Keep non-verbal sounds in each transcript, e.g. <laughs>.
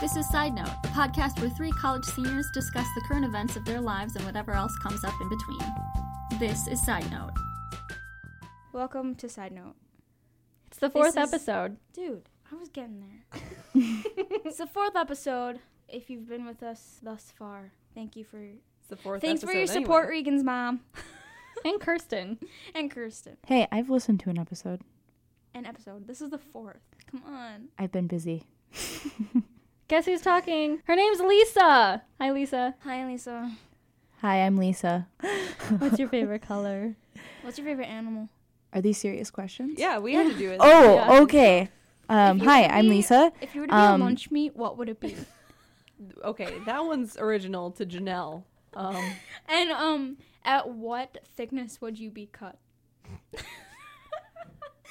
This is Side Note, the podcast where three college seniors discuss the current events of their lives and whatever else comes up in between. This is Side Note. Welcome to Side Note. It's the fourth This is- episode. <laughs> Dude, I was getting <laughs> there. it's the fourth episode. If you've been with us thus far, thank you for It's the fourth. thanks for your episode anyway. support, Regan's mom <laughs> And Kirsten. and Kirsten. Hey, I've listened to an episode. An episode. This is the fourth. Come on. I've been busy. Guess who's talking? Her name's Lisa. Hi, Lisa. Hi, Lisa. Hi, I'm Lisa. What's your favorite <laughs> color? <laughs> What's your favorite animal? Are these serious questions? Yeah, we had to do it. Oh, Yeah. okay. Um, If you hi, could I'm be- Lisa. If you were to be Um, a lunch meat, what would it <laughs> be? Okay, that one's original to Janelle. Um, and um, at what thickness would you be cut?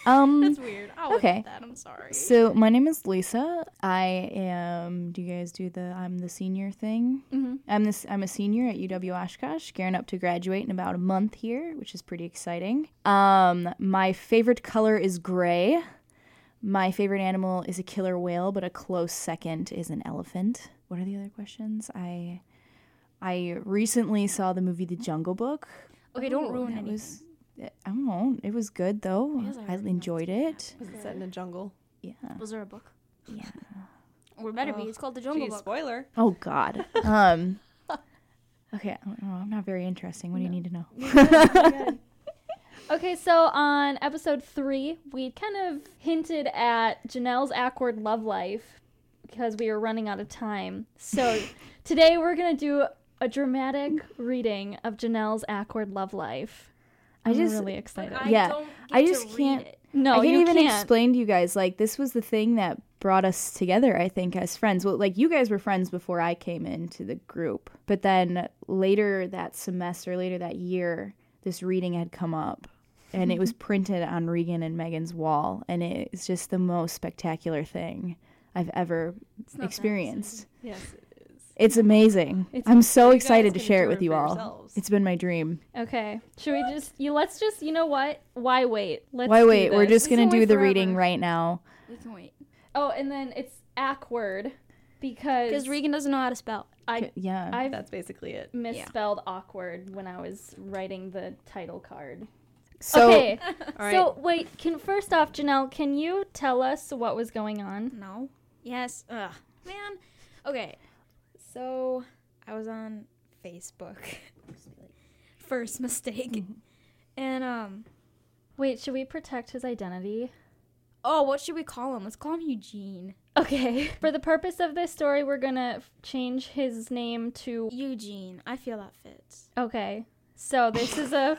Um, That's weird. I'll okay. okay. That. I'm sorry. so my name is Lisa. I am. Do you guys do the I'm the senior thing? Mhm. I'm this. I'm a senior at UW Oshkosh, gearing up to graduate in about a month here, which is pretty exciting. Um, my favorite color is gray. My favorite animal is a killer whale, but a close second is an elephant. What are the other questions? I I recently saw the movie The Jungle Book. okay, don't Oh, ruin that anything. was- I don't know. It was good though. Yes, I I already know enjoyed it. was it set in a jungle? Yeah. Was there a book? uh, Yeah. Or better be. Oh. It's called The Jungle Gee, Book. spoiler. Oh God. um. Okay. I don't know. I'm not very interesting. What do you need to know? Okay, so on episode three, we kind of hinted at Janelle's awkward love life because we were running out of time. <laughs> So today we're going to do a dramatic reading of Janelle's awkward love life. I I'm just- really excited. I Yeah, don't get I to just read can't- it. no, I can't you even can't. explain to you guys. Like this was the thing that brought us together. I think as friends. Well, like you guys were friends before I came into the group, but then later that semester, later that year, this reading had come up. And it was printed on Regan and Megan's wall, and it's just the most spectacular thing I've ever It's not that experienced. Yes. It's amazing. It's- I'm so you excited to guys can share it enjoy with it you for all. yourselves. It's been my dream. Okay, should we just? You let's just. You know what? Why wait? Let's Why do wait? We're this. just This going is to do only the forever. reading right now. We can wait. Oh, and then it's awkward because Because Regan doesn't know how to spell. I Yeah. I've That's basically it. misspelled awkward when I was writing the title card. so okay. <laughs> All right. So wait, can first off, Janelle, can you tell us what was going on? No. Yes. Ugh. Man. Okay. So I was on Facebook. <laughs> First mistake. And um Wait, should we protect his identity? oh, what should we call him? Let's call him Eugene. Okay. <laughs> For the purpose of this story, we're gonna f- change his name to. Eugene. I feel that fits. Okay. So this is <laughs> a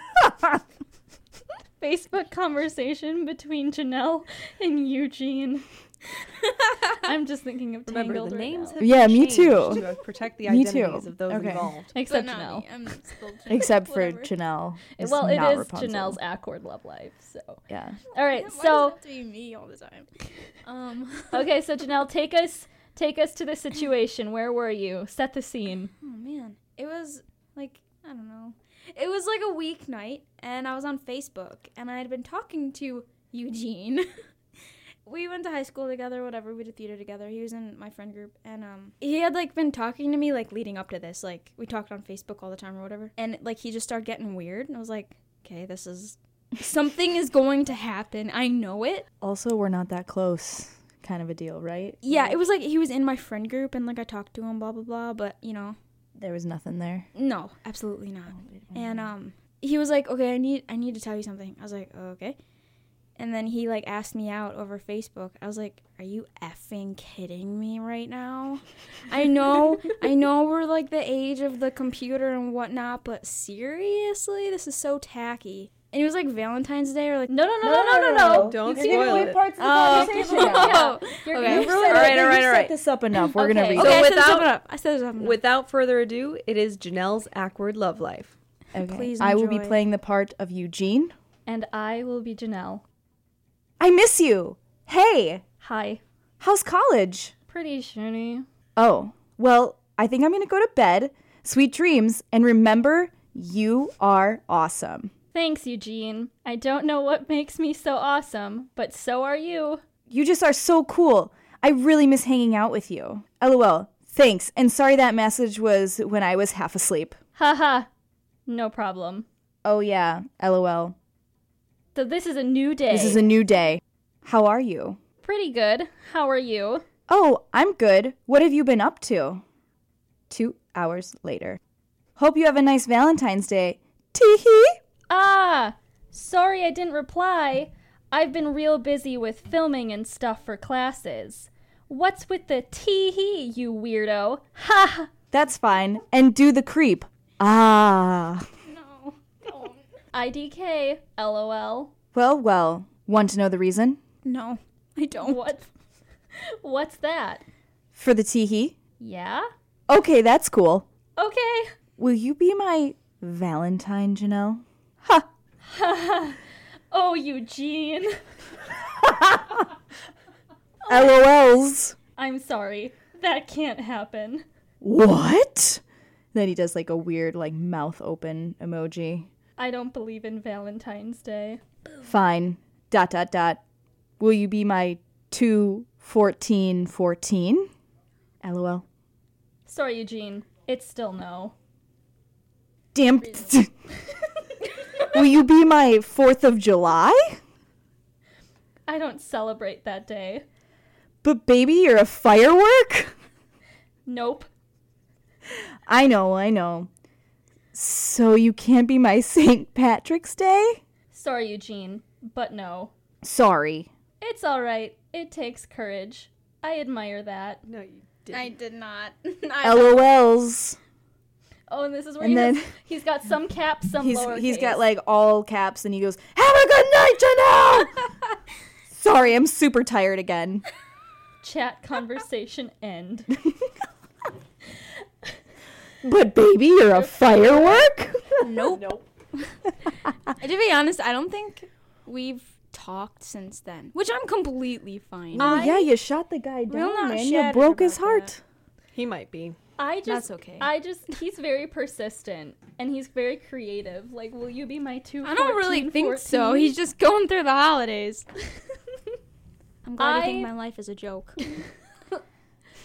Facebook conversation between Janelle and <laughs> Eugene. I'm just thinking of remember Tangled the right names. now. Have Yeah, been me changed too. To protect the <laughs> Me too. identities of those Okay. involved. Except But not Janelle. me. I'm <laughs> still Janelle. <laughs> except for Whatever. Janelle. is well, it not is Rapunzel. Janelle's awkward love life. So, all Yeah. right. Why so, does it have to be me all the time. Um okay, so Janelle, take us take us to the situation. Where were you? Set the scene. Oh man, it was like I don't know. It was like a weeknight, and I was on Facebook, and I had been talking to Eugene. <laughs> we went to high school together, whatever. We did theater together. He was in my friend group, and um, he had like been talking to me like leading up to this. Like we talked on Facebook all the time or whatever, and like he just started getting weird, and I was like, okay, this is something is going to happen. I know it. Also, we're not that close. Kind of a deal, right? Yeah, it was like he was in my friend group, and like I talked to him, blah blah blah. But you know, There was nothing there. no, absolutely not. and um he was like okay i need i need to tell you something i was like oh, okay and then he like asked me out over facebook i was like are you effing kidding me right <laughs> now i know i know we're like the age of the computer and whatnot but seriously this is so tacky and it was like valentine's day or like No, no, no, no, no, no, no. Don't You spoil give away it. parts of the Oh, conversation <laughs> now. <laughs> Yeah. You're Okay. you ruined You ruined it. All right, it. all right, You all set right. this up enough. We're gonna Okay. read. okay So I said without- something up. i said this up Without further ado, it is Janelle's awkward love life. Okay. Please I will be enjoy. playing the part of Eugene. And I will be Janelle. I miss you. Hey, Hi. how's college? Pretty shiny. Oh, well, I think I'm going to go to bed. Sweet dreams. And remember, you are awesome. Thanks, Eugene. I don't know what makes me so awesome, but so are you. You just are so cool. I really miss hanging out with you. LOL. Thanks. And sorry that message was when I was half asleep. Haha. No problem. Oh, yeah. LOL. So this is a new day. This is a new day. How are you? pretty good. How are you? Oh, I'm good. What have you been up to? Two hours later. Hope you have a nice Valentine's Day. Tee hee. Ah, sorry I didn't reply. I've been real busy with filming and stuff for classes. What's with the tee hee, you weirdo? Ha! That's fine. And do the creep. Ah. No. Don't. IDK, lol. Well, well. Want to know the reason? No, I don't. What? What's that? For the tee hee? Yeah? Okay, that's cool. Okay. Will you be my Valentine, Janelle? Oh, Eugene. LOLs. I'm sorry. That can't happen. What? Then he does like a weird, like mouth open emoji. I don't believe in Valentine's Day. Fine. Dot dot dot. Will you be my two fourteen fourteen? LOL. Sorry, Eugene. It's still no. Damn. <laughs> Will you be my Fourth of July? I don't celebrate that day. But baby, you're a firework. Nope. I know, I know. So you can't be my <laughs> St. Patrick's Day? Sorry, Eugene, but no. Sorry. It's all right. It takes courage. I admire that. No, you didn't. I did not. I LOLs. Oh, and this is where And he then- has, he's got some caps, some He's lowercase. he's got like all caps and he goes, "Have a good night, Janelle." Sorry, I'm super tired again. chat conversation <laughs> end. But baby, you're a firework. nope. Nope. to be honest, I don't think we've talked since then, which I'm completely fine. Oh I- yeah, you shot the guy down, not man. You shattered broke his about heart. He might be. I just That's okay. I just he's very persistent and he's very creative. Like, will you be my two? I don't really 14, think 14? so. He's just going through the holidays. <laughs> I'm glad I... you I- think my life is a joke.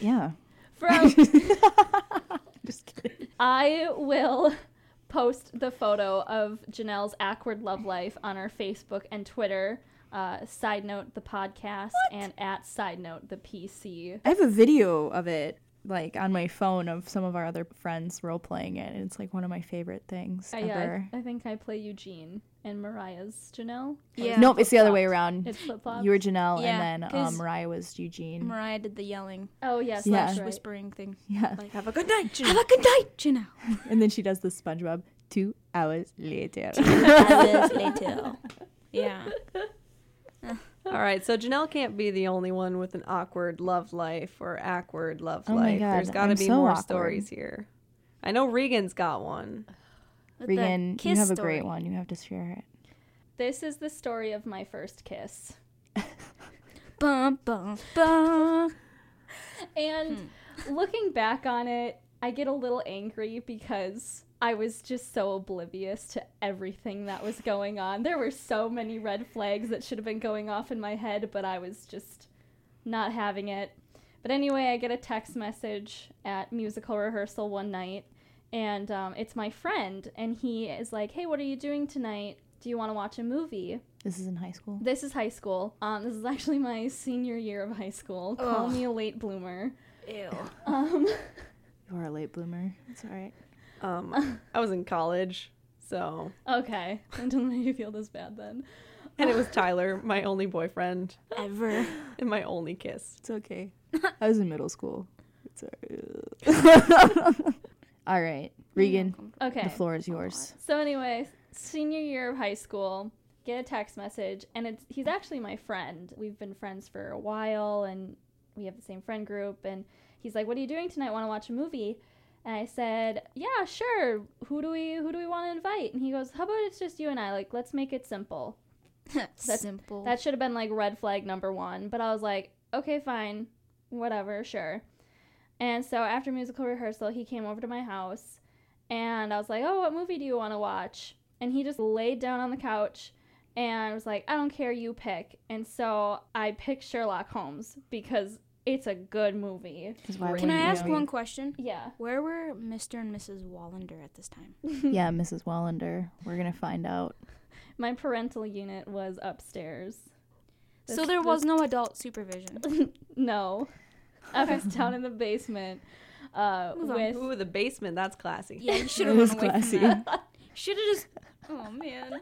Yeah. from. Just kidding. I will <laughs> post the photo of Janelle's awkward love life on our Facebook and Twitter. Uh, side note the podcast and at side note the PC. I have a video of it like on my phone of some of our other friends role playing it, and it's like one of my favorite things Uh, I, ever. I, I think I play Eugene and Mariah's Janelle. <laughs> Yeah. Nope, it's the other way around. It's flip flop. you were Janelle, Yeah, and then um, 'cause- Mariah was Eugene. Mariah did the yelling, oh yes, Yeah. that's right. whispering <laughs> thing. yeah, Like, Have a good night, Jim. have a good night, <laughs> Janelle. and then she does the SpongeBob two hours later. later. <laughs> Yeah. <laughs> All right, so Janelle can't be the only one with an awkward love life or awkward love Oh my life. There's God, got to I'm be so more awkward. stories here. I know Regan's got one. With the Regan, you kiss have a story. great one. You have to share it. This is the story of my first kiss. Bum, bum, bum. And looking back on it, I get a little angry because I was just so oblivious to everything that was going on. There were so many red flags that should have been going off in my head, but I was just not having it. But anyway, I get a text message at musical rehearsal one night, and um, it's my friend, and he is like, Hey, what are you doing tonight? Do you want to watch a movie? This is in high school. This is high school. Um, this is actually my senior year of high school. Call Ugh. me a late bloomer. Ew. Um, You are a late bloomer. It's all right. Um, I was in college, <laughs> so okay. <laughs> That doesn't make you feel this bad then. and it was Tyler, my only boyfriend, Ever. <laughs> and my only kiss. It's okay. I was in middle school. It's all right. <laughs> all right, Regan, Okay. the floor is yours. So anyway, senior year of high school, get a text message, and it's he's actually my friend. We've been friends for a while, and we have the same friend group. And he's like, "What are you doing tonight? Want to watch a movie?" And I said, "Yeah, sure. Who do we who do we want to invite?" And he goes, "How about it's just you and I? Like, let's make it simple." Simple. That should have been like red flag number one. But I was like, okay, fine, whatever, sure. And so after musical rehearsal, he came over to my house and I was like, oh, what movie do you want to watch? And he just laid down on the couch and was like, I don't care, you pick. And so I picked Sherlock Holmes because It's a good movie. Is why I Can I wouldn't ask know. one question? Yeah. Where were Mr. and Mrs. Wallander at this time? Yeah, Mrs. Wallander. We're gonna find out. My parental unit was upstairs. so there was no adult supervision. No. I was down in the basement uh, Move on. with Ooh, the basement. That's classy. Yeah, you should It have run was away classy. from <laughs> that. Should have just. Oh man.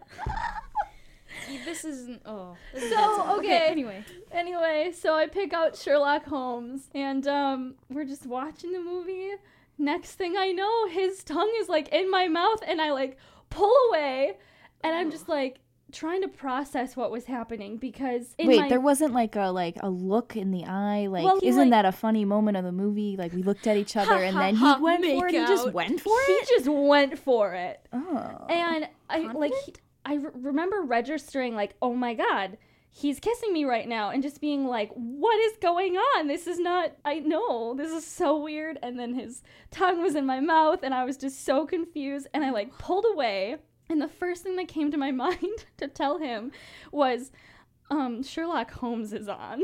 this isn't. Oh. this is So, bad stuff. okay. Anyway, <laughs> Anyway, so I pick out Sherlock Holmes and um we're just watching the movie. Next thing I know, his tongue is like in my mouth and I like pull away and I'm just like trying to process what was happening because in Wait, my- there wasn't like a like a look in the eye. Like, Well, he, isn't like- that a funny moment of the movie? Like, we looked at each other and then he ha, went for it. make He just out. went for he it. just went for it. Oh, And I like he- I re- remember registering like, "Oh my god, he's kissing me right now." And just being like, "What is going on? This is not I know. This is so weird." And then his tongue was in my mouth and I was just so confused and I like pulled away. And the first thing that came to my <laughs> mind to tell him was um, Sherlock Holmes is on.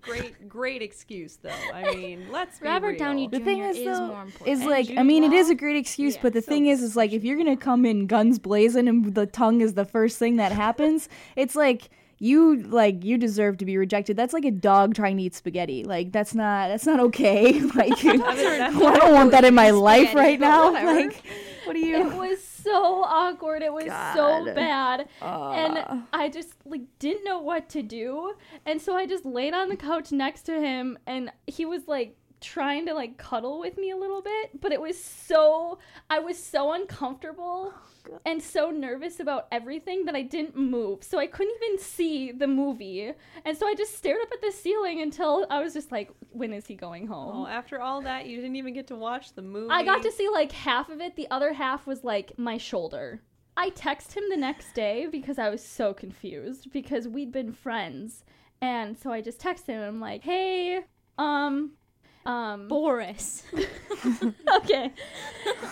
Great, great excuse though. I <laughs> mean, let's be Robert real. Downey the thing Junior is, is though, more important. is And like I Jude mean, it Law. is a great excuse, Yeah, but the so thing is, is like if you're gonna come in guns blazing and the tongue is the first thing <laughs> that happens, it's like you like you deserve to be rejected. That's like a dog trying to eat spaghetti. Like that's not that's not okay. <laughs> <laughs> like I don't want that in my life spaghetti, right but now. whatever. <laughs> Like what do <laughs> it you? was so awkward. It was God. so bad. Ah. and I just like didn't know what to do. And so I just laid on the couch next to him and he was like trying to like cuddle with me a little bit, but it was so I was so uncomfortable Oh, and so nervous about everything that I didn't move. So I couldn't even see the movie. And so I just stared up at the ceiling until I was just like when is he going home? Oh, after all that, you didn't even get to watch the movie. I got to see like half of it. The other half was like my shoulder. I text him the next day because I was so confused because we'd been friends. And so I just text him. I'm like, "Hey, um <laughs> um Boris. okay.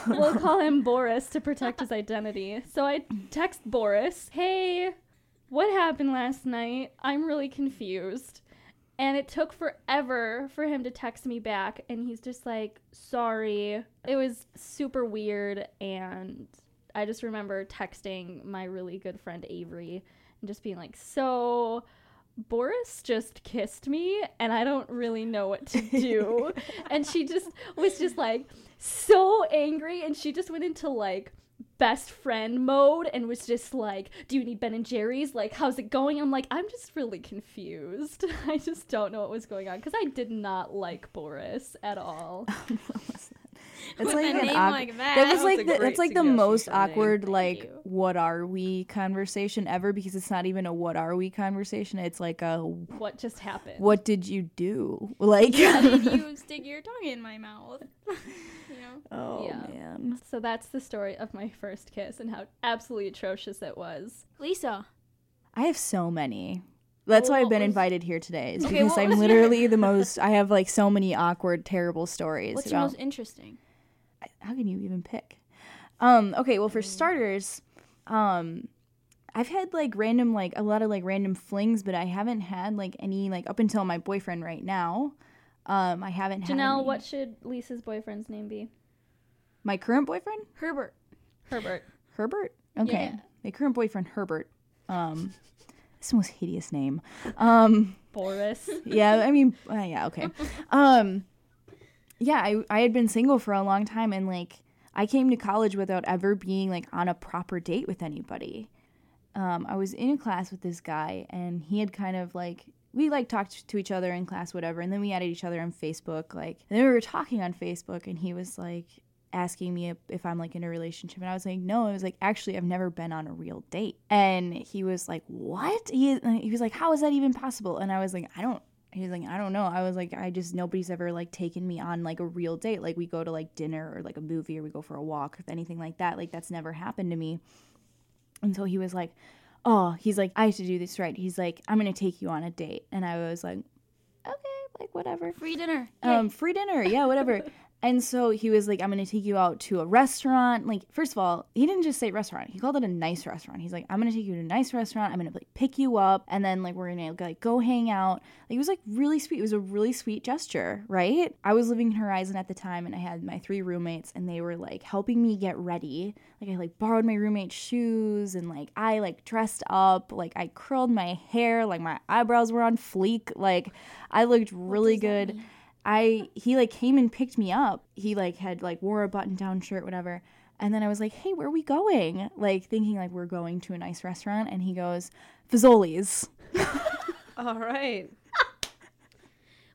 we'll call him Boris to protect his identity." So I text Boris, "Hey, what happened last night? I'm really confused." And it took forever for him to text me back. And he's just like, sorry. It was super weird. And I just remember texting my really good friend Avery and just being like, so Boris just kissed me and I don't really know what to do. and she just was just like so angry. And she just went into like, best friend mode and was just like, "Do you need Ben and Jerry's? Like, how's it going?" I'm like, "I'm just really confused. <laughs> I just don't know what was going on because I did not like Boris at all." It's With a like an name awk- like that. that was That was like the, a great that's like the suggestion most for a name. awkward Thank like you. what are we conversation ever because it's not even a what are we conversation. It's like a What just happened? what did you do? <laughs> Like Did you stick your tongue in my mouth? you know. oh Yeah. man. So that's the story of my first kiss and how absolutely atrocious it was. Lisa. I have so many. That's why Well, I've been what was- invited here today is Okay, because what I'm was your- literally the most I have like so many awkward terrible stories What's your about most interesting? how can you even pick? Um, okay, well for Mm. starters, um, I've had like random like a lot of like random flings, but I haven't had like any like up until my boyfriend right now. Um, I haven't had Janelle, any. what should Lisa's boyfriend's name be? my current boyfriend Herbert. Herbert. Herbert. Okay, Yeah. my current boyfriend Herbert. Um, it's the most hideous name. Um, Boris. yeah, I mean, uh, yeah, okay. Um, yeah, I I had been single for a long time, and like I came to college without ever being like on a proper date with anybody. Um, I was in a class with this guy, and he had kind of like we like talked to each other in class, whatever, and then we added each other on Facebook, like, and then we were talking on Facebook, and he was like asking me if- if I'm like in a relationship. And I was like, no. I was like, actually, I've never been on a real date. And he was like, what? He, he was like, how is that even possible? And I was like, I don't. He was like, I don't know. I was like, I just nobody's ever like taken me on like a real date. Like we go to like dinner or like a movie or we go for a walk or anything like that. Like that's never happened to me. And so he was like, oh, he's like, I have to do this right. He's like, I'm gonna take you on a date. And I was like, okay, like whatever Free dinner. um, free dinner, yeah, whatever. And so he was like, I'm going to take you out to a restaurant. Like, first of all, he didn't just say restaurant. He called it a nice restaurant. He's like, I'm going to take you to a nice restaurant. I'm going to like pick you up. And then like, we're going to like go hang out. Like, it was like really sweet. It was a really sweet gesture, right? I was living in Horizon at the time and I had my three roommates and they were like helping me get ready. Like, I like borrowed my roommate's shoes and like I like dressed up. Like, I curled my hair. Like, my eyebrows were on fleek. Like, I looked really good. I he like came and picked me up. He like had like wore a button down shirt, whatever. And then I was like, "Hey, where are we going?" Like thinking like we're going to a nice restaurant, and he goes, "Fazoli's," All right.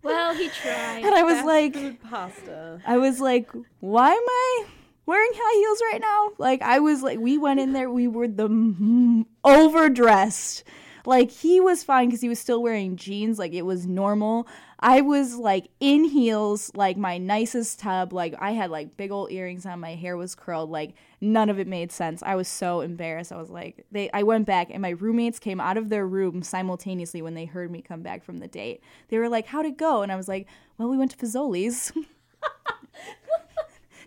Well, he <laughs> tried. and I was Fast like, food pasta. I was like, "Why am I wearing high heels right now?" Like I was like, we went in there, we were the m- overdressed. Like he was fine because he was still wearing jeans, like it was normal. I was like in heels, like my nicest tub. Like I had like big old earrings on, my hair was curled. Like none of it made sense. I was so embarrassed. I was like, they. I went back, and my roommates came out of their room simultaneously when they heard me come back from the date. They were like, "How'd it go?" And I was like, "Well, we went to Fazoli's." <laughs>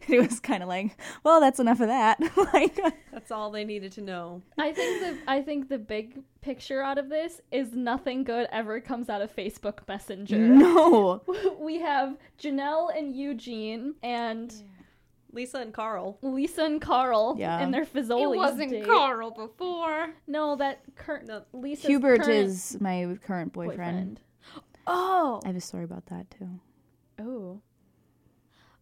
it was kind of like, well, that's enough of that. <laughs> like, uh, That's all they needed to know. I think the I think the big picture out of this is nothing good ever comes out of Facebook Messenger. no. we have Janelle and Eugene and Lisa and Carl. Lisa and Carl Yeah. and their Fazoli's it wasn't date. Carl before. No, that current No. Lisa's Hubert current is my current boyfriend. boyfriend. Oh, I have a story about that too. Oh.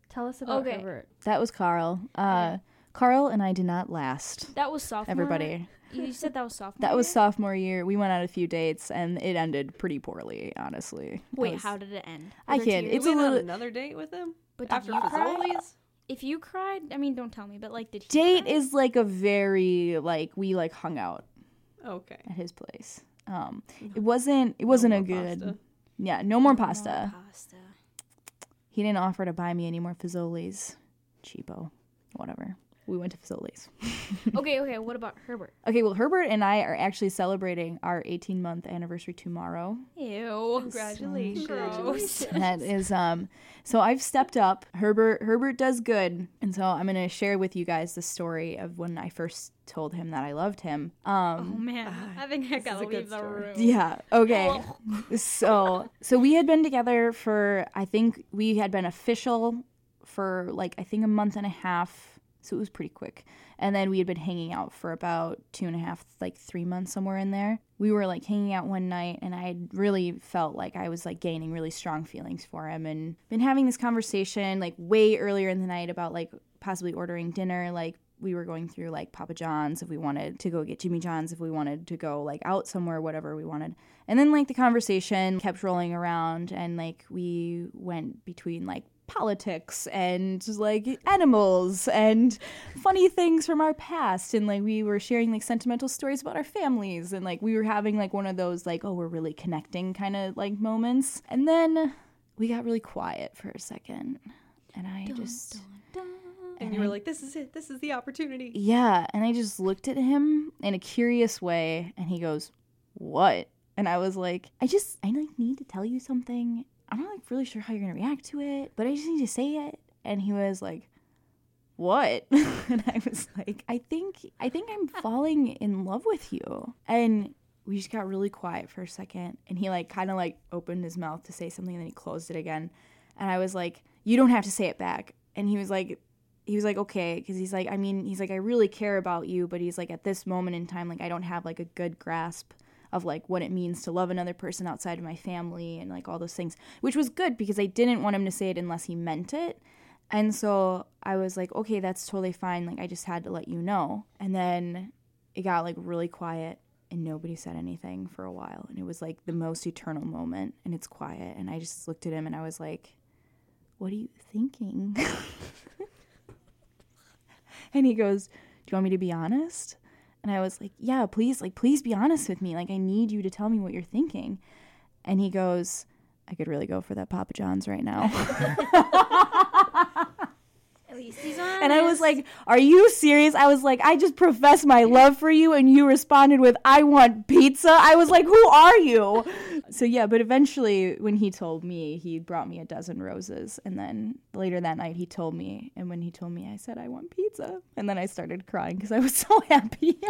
Tell us about Okay. Hubert. That was Carl. Uh, Carl and I did not last. that was sophomore. Everybody. you said that was sophomore. That was year? sophomore year. We went on a few dates and it ended pretty poorly, honestly. I Wait, was- how did it end? I Were there can't- tears? It's we a went on little- another date with him But did after you cry? Fazoli's. If you cried, I mean, don't tell me, but like, did he Date cry? is like a very like we like hung out Okay. at his place. Um, it wasn't it wasn't a more good pasta. yeah no more More pasta. pasta. He didn't offer to buy me any more Fazoli's. Cheapo. Whatever. We went to Fazoli's. <laughs> okay, okay. What about Herbert? Okay, well, Herbert and I are actually celebrating our 18 month anniversary tomorrow. Ew. Congratulations. Gross. And that is, um, so I've stepped up. Herbert, Herbert does good. And so I'm going to share with you guys the story of when I first told him that I loved him. <laughs> Oh Um, man, I think I gotta Ah, a good leave the story. room. yeah. Okay. so, so we had been together for, I think we had been official for like, I think a month and a half. So it was pretty quick. And then we had been hanging out for about two and a half, like three months, somewhere in there. We were like hanging out one night, and I had really felt like I was like gaining really strong feelings for him and been having this conversation like way earlier in the night about like possibly ordering dinner. Like, we were going through like Papa John's if we wanted to go get Jimmy John's, if we wanted to go like out somewhere, whatever we wanted. And then like the conversation kept rolling around, and like we went between like politics and like animals and funny things from our past and like we were sharing like sentimental stories about our families and like we were having like one of those like oh we're really connecting kind of like moments and then we got really quiet for a second and i just And you were like, this is it. This is the opportunity. yeah and i just looked at him in a curious way and he goes what and i was like i just i like need to tell you something i'm not like really sure how you're gonna react to it but i just need to say it and he was like what <laughs> and i was like i think i think i'm falling in love with you and we just got really quiet for a second and he like kind of like opened his mouth to say something and then he closed it again and i was like you don't have to say it back and he was like he was like okay because he's like i mean he's like i really care about you but he's like at this moment in time like i don't have like a good grasp of like what it means to love another person outside of my family and like all those things which was good because i didn't want him to say it unless he meant it and so i was like okay that's totally fine like i just had to let you know and then it got like really quiet and nobody said anything for a while and it was like the most eternal moment and it's quiet and i just looked at him and i was like what are you thinking <laughs> and he goes, Do you want me to be honest? And I was like, Yeah, please, like, please be honest with me. Like, I need you to tell me what you're thinking. And he goes, <laughs> I could really go for that Papa John's right now. At least he's honest. And I was like, Are you serious? I was like, I just professed my love for you, and you responded with, I want pizza. I was like, Who are you? So, yeah, but eventually, when he told me, he brought me a dozen roses. And then later that night, he told me. And when he told me, I said, I want pizza. And then I started crying because I was <laughs> so happy.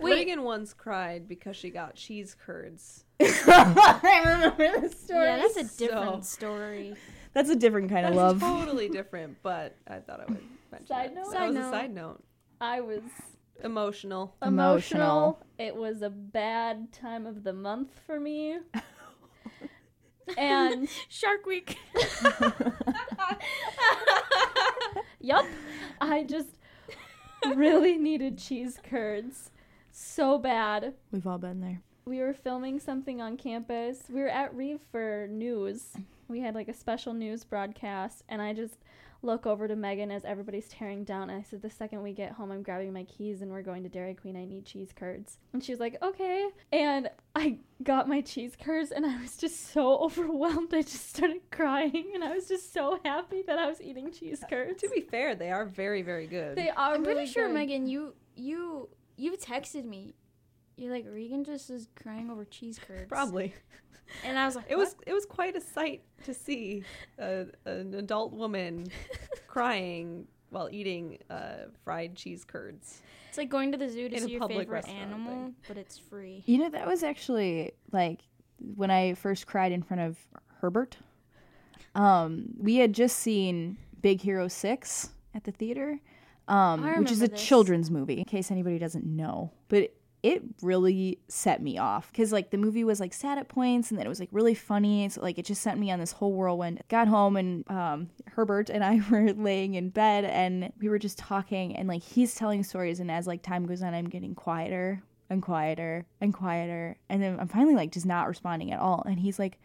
Reagan once cried because she got cheese curds. I remember this story. yeah, that's a so- different story. That's a different kind of love. That's totally different, but I thought I would mention Side it. note? So Side that was note. a side note. I was Emotional. emotional. Emotional. It was a bad time of the month <laughs> for me. and Shark Week. <laughs> yup, I just really needed cheese curds so bad. We've all been there. We were filming something on campus. We were at Reeve for news. We had like a special news broadcast, and I just look over to Megan as everybody's tearing down. And I said, The second we get home, I'm grabbing my keys and we're going to Dairy Queen. I need cheese curds. And she was like, Okay. And I got my cheese curds, and I was just so <laughs> overwhelmed. I just started crying, and I was just so happy that I was eating cheese curds. To be fair, they are very, very good. They are I'm pretty really sure, good. Megan, you you you texted me. You're like Regan just is crying over cheese curds. Probably. And I was like, It was it was quite a sight to see a, an adult woman crying while eating uh, fried cheese curds. It's like going to the zoo to In a see your public favorite restaurant animal, thing. but it's free. You know, that was actually like when I first cried in front of Herbert. Um, we had just seen Big Hero 6 at the theater, um, I which is remember a this. children's movie, in case anybody doesn't know. But it really set me off because, like, the movie was like sad at points and then it was like really funny. So, like, it just sent me on this whole whirlwind. Got home and um, Herbert and I <laughs> were laying in bed and we were just talking and, like, he's telling stories. And as, like, time goes on, I'm getting quieter and quieter and quieter. And then I'm finally like just not responding at all. And he's like,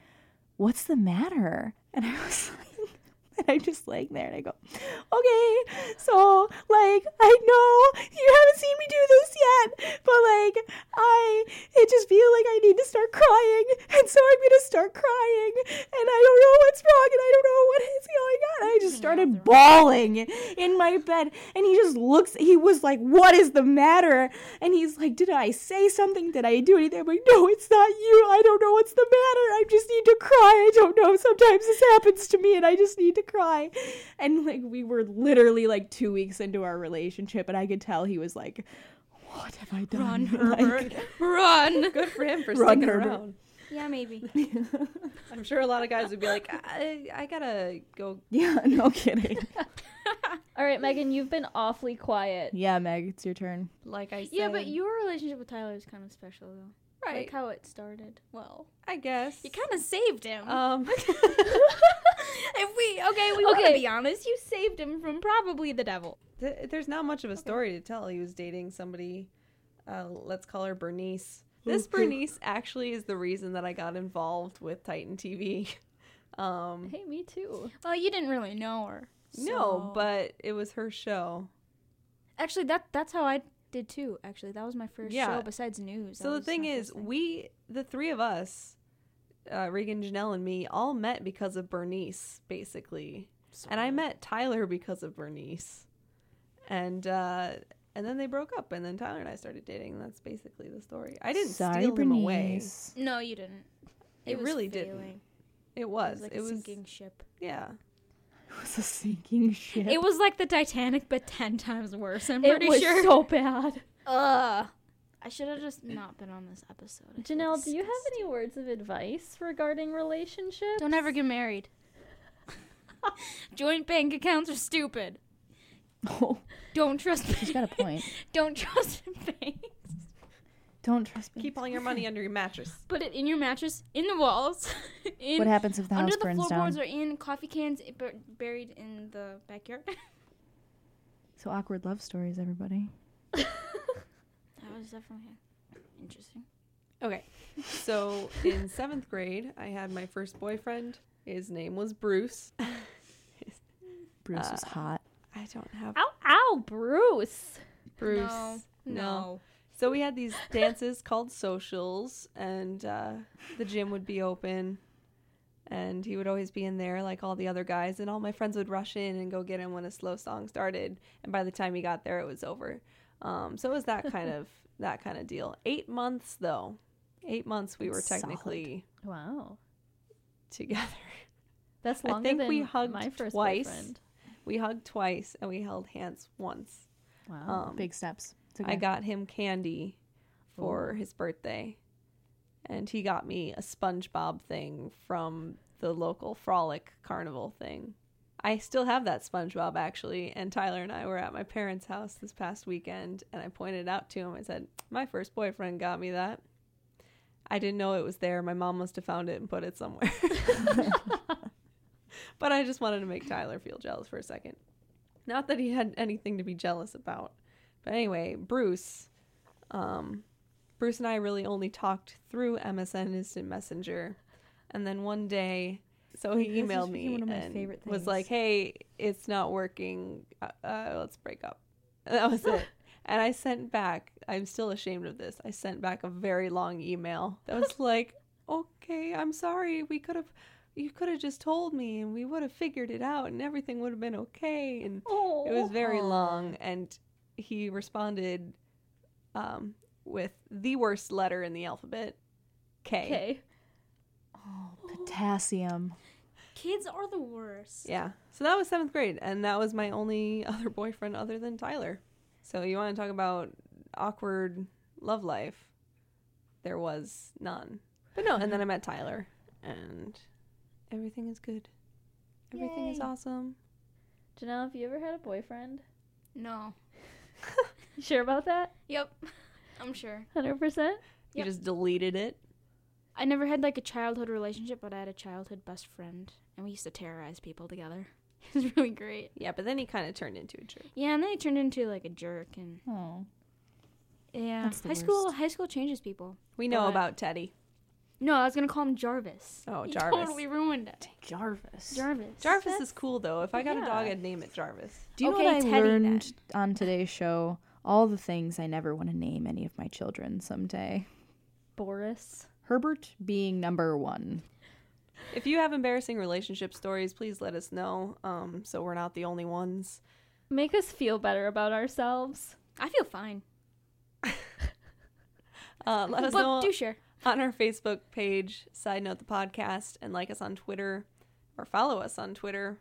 What's the matter? And I was <laughs> like, and I'm just laying there and I go, Okay, so like I know you haven't seen me do this yet, but like I it just feel like I need to start crying. And so I'm gonna start crying and I don't know what's wrong and I don't know what is going on. I just started bawling in my bed and he just looks he was like, What is the matter? And he's like, Did I say something? Did I do anything? I'm like, No, it's not you. I don't know what's the matter. I just need to cry. I don't know. Sometimes this happens to me and I just need to cry. And like, we were literally like two weeks into our relationship and I could tell he was like, What have I done? <laughs> Like, Run. Good for him for Run, sticking Herbert. around. yeah, <laughs> maybe. I'm sure a lot of guys would be like, I, I gotta go. yeah, no kidding. All right, Megan, you've been awfully quiet. yeah, Meg, it's your turn. Like I said, Yeah, but your relationship with Tyler is kind of special though. right? Like how it started. Well, I guess. you kind of saved him. um, <laughs> if we okay, we want to Okay. be honest. You saved him from probably the devil. th- there's not much of a story to tell. He was dating somebody. Uh, let's call her Bernice. This Bernice actually is the reason that I got involved with Titan TV. <laughs> Um, Hey, me too. Well, you didn't really know her. No, so- but it was her show. actually, that that's how I did too. Actually, that was my first Yeah. show besides news. So the thing is, we, the three of us, uh, Regan, Janelle, and me, all met because of Bernice, basically. And I met Tyler because of Bernice. And uh, and then they broke up, and then Tyler and I started dating. and That's basically the story. I didn't steal him away. Bernice. no, you didn't. It was really didn't. failing. It It was. was like it a was. sinking ship. Yeah. It was a sinking ship. It was like the Titanic, but ten times worse. I'm It pretty was sure. so bad. Ugh. I should have just not been on this episode. I feel Janelle, do you have disgusting. any words of advice regarding relationships? Don't ever get <laughs> married. Joint bank accounts are stupid. <laughs> oh, Don't trust. <laughs> she's got a point. Don't trust <laughs> banks. Don't trust me. Keep all your money under your mattress. Put it in your mattress, in the walls, <laughs> in What happens if the under house the burns down? floorboards or in coffee cans i- bur- buried in the backyard. <laughs> so awkward love stories, everybody. that was definitely interesting. Okay. So <laughs> in seventh grade, I had my first boyfriend. His name was Bruce. Bruce was Uh, hot. I don't have Ow, ow, Bruce. Bruce. No, no. <laughs> So we had these dances called socials, and uh, the gym would be open. and he would always be in there like all the other guys and all my friends would rush in and go get him when a slow song started and by the time he got there it was over um, so it was that kind <laughs> of that kind of deal eight months though eight months we were Solid. technically Wow. together That's I longer think than we hugged my first twice. boyfriend. we hugged twice and we held hands once Wow. um, Big steps. It's okay. i got him candy for his birthday and he got me a spongebob thing from the local frolic carnival thing i still have that spongebob actually and tyler and i were at my parents house this past weekend and i pointed it out to him i said my first boyfriend got me that i didn't know it was there my mom must have found it and put it somewhere <laughs> but i just wanted to make tyler feel jealous for a second not that he had anything to be jealous about but anyway bruce um, Bruce and I really only talked through MSN Instant Messenger. And then one day, so he That's emailed actually me one of my and favorite was things. like, hey, it's not working. Uh, uh, let's break up. <laughs> And that <laughs> was it. And I sent back, I'm still ashamed of this. I sent back a very long email <laughs> that was like, okay, I'm sorry. We could have, you could have just told me and we would have figured it out and everything would have been okay. And oh. it was very long, and he responded um, with the worst letter in the alphabet, K. Okay. oh, potassium. Kids are the worst. Yeah. So that was seventh grade, and that was my only <laughs> other boyfriend other than Tyler. So you want to talk about awkward love life? There was none. But no, and then I met Tyler, and everything is good. Everything is Yay. awesome. Janelle, have you ever had a boyfriend? No. You sure about that? Yep. <laughs> I'm sure. 100%? You Yep. just deleted it. I never had like a childhood relationship, but I had a childhood best friend, and we used to terrorize people together. <laughs> It was really great. Yeah, but then he kind of turned into a jerk. Yeah, and then he turned into like a jerk, and Oh. yeah, That's the high school worst. high school changes people. We know But- about Teddy. No, I was gonna call him Jarvis. Oh, He Jarvis. totally ruined it. Jarvis. Jarvis. Jarvis is cool though. If I got a dog, yeah. I'd name it Jarvis. Do you Okay, know what I Teddy, then. learned on today's show? All the things I never want to name any of my children someday. Boris. Herbert being number one. If you have embarrassing relationship stories, please let us know. Um, so we're not the only ones. Make us feel better about ourselves. I feel fine. Uh, let us but know do share. on our Facebook page, Side Note the Podcast, and like us on Twitter or follow us on Twitter.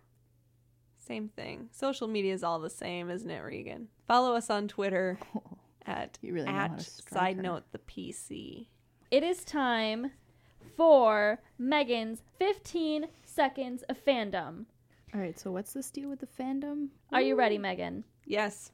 Same thing. Social media is all the same, isn't it, Regan? Follow us on <laughs> Twitter at, You really know how at to strike Side her. Note the PC. It is time for Megan's 15 seconds of fandom. All right, so what's this deal with the fandom? Are you ready, Megan? Yes.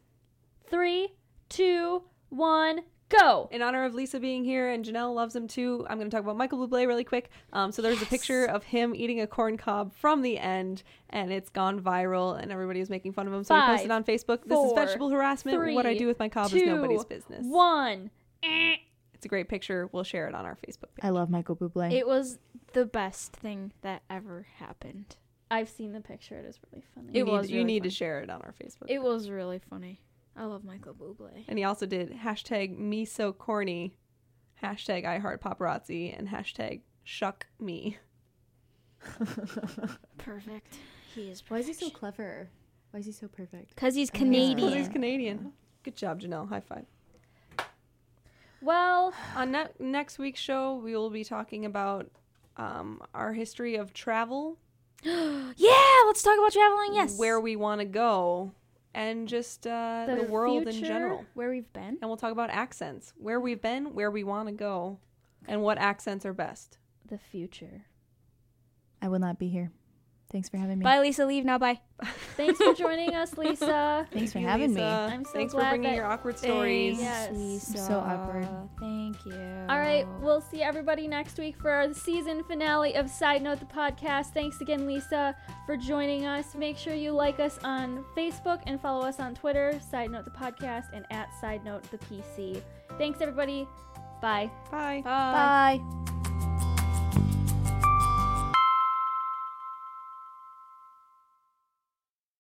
Three, two, one, go! in honor of Lisa being here and Janelle loves him too, I'm going to talk about Michael Bublé really quick. Um, so there's a picture of him eating a corn cob from the end, and it's gone viral, and everybody was making fun of him. So Five, we posted on Facebook. This is four, vegetable harassment. what I three, do with my cob is two, nobody's business. One. It's a great picture. We'll share it on our Facebook page. I love Michael Bublé. It was the best thing that ever happened. I've seen the picture. It is really funny. It you need, was you really need to fun. share it on our Facebook. It was really funny. I love Michael Bublé. and he also did hashtag me so corny, hashtag I heart paparazzi, and hashtag shuck me. Perfect. He is. Perfect. Why is he so clever? Why is he so perfect? Because he's Because Canadian. he's Canadian. Good job, Janelle. High five. well, On ne- next week's show, we will be talking about um, our history of travel, Yeah, let's talk about traveling. Yes. where we want to go, and just uh, the, The world in future. general. where we've been. And we'll talk about accents, where we've been, where we want to go, and what accents are best. the future. I will not be here. Thanks for having me. Bye, Lisa. Leave now. Bye. Thanks for joining us, Lisa. Thanks for You, having me. Lisa. I'm so Thanks for glad bringing that- your awkward stories. Yes. Lisa. So awkward. Thank you. All right, we'll see everybody next week for our season finale of Side Note the podcast. Thanks again, Lisa, for joining us. Make sure you like us on Facebook and follow us on Twitter, Side Note the podcast, and at Side Note the PC. Thanks, everybody. Bye. Bye. Bye.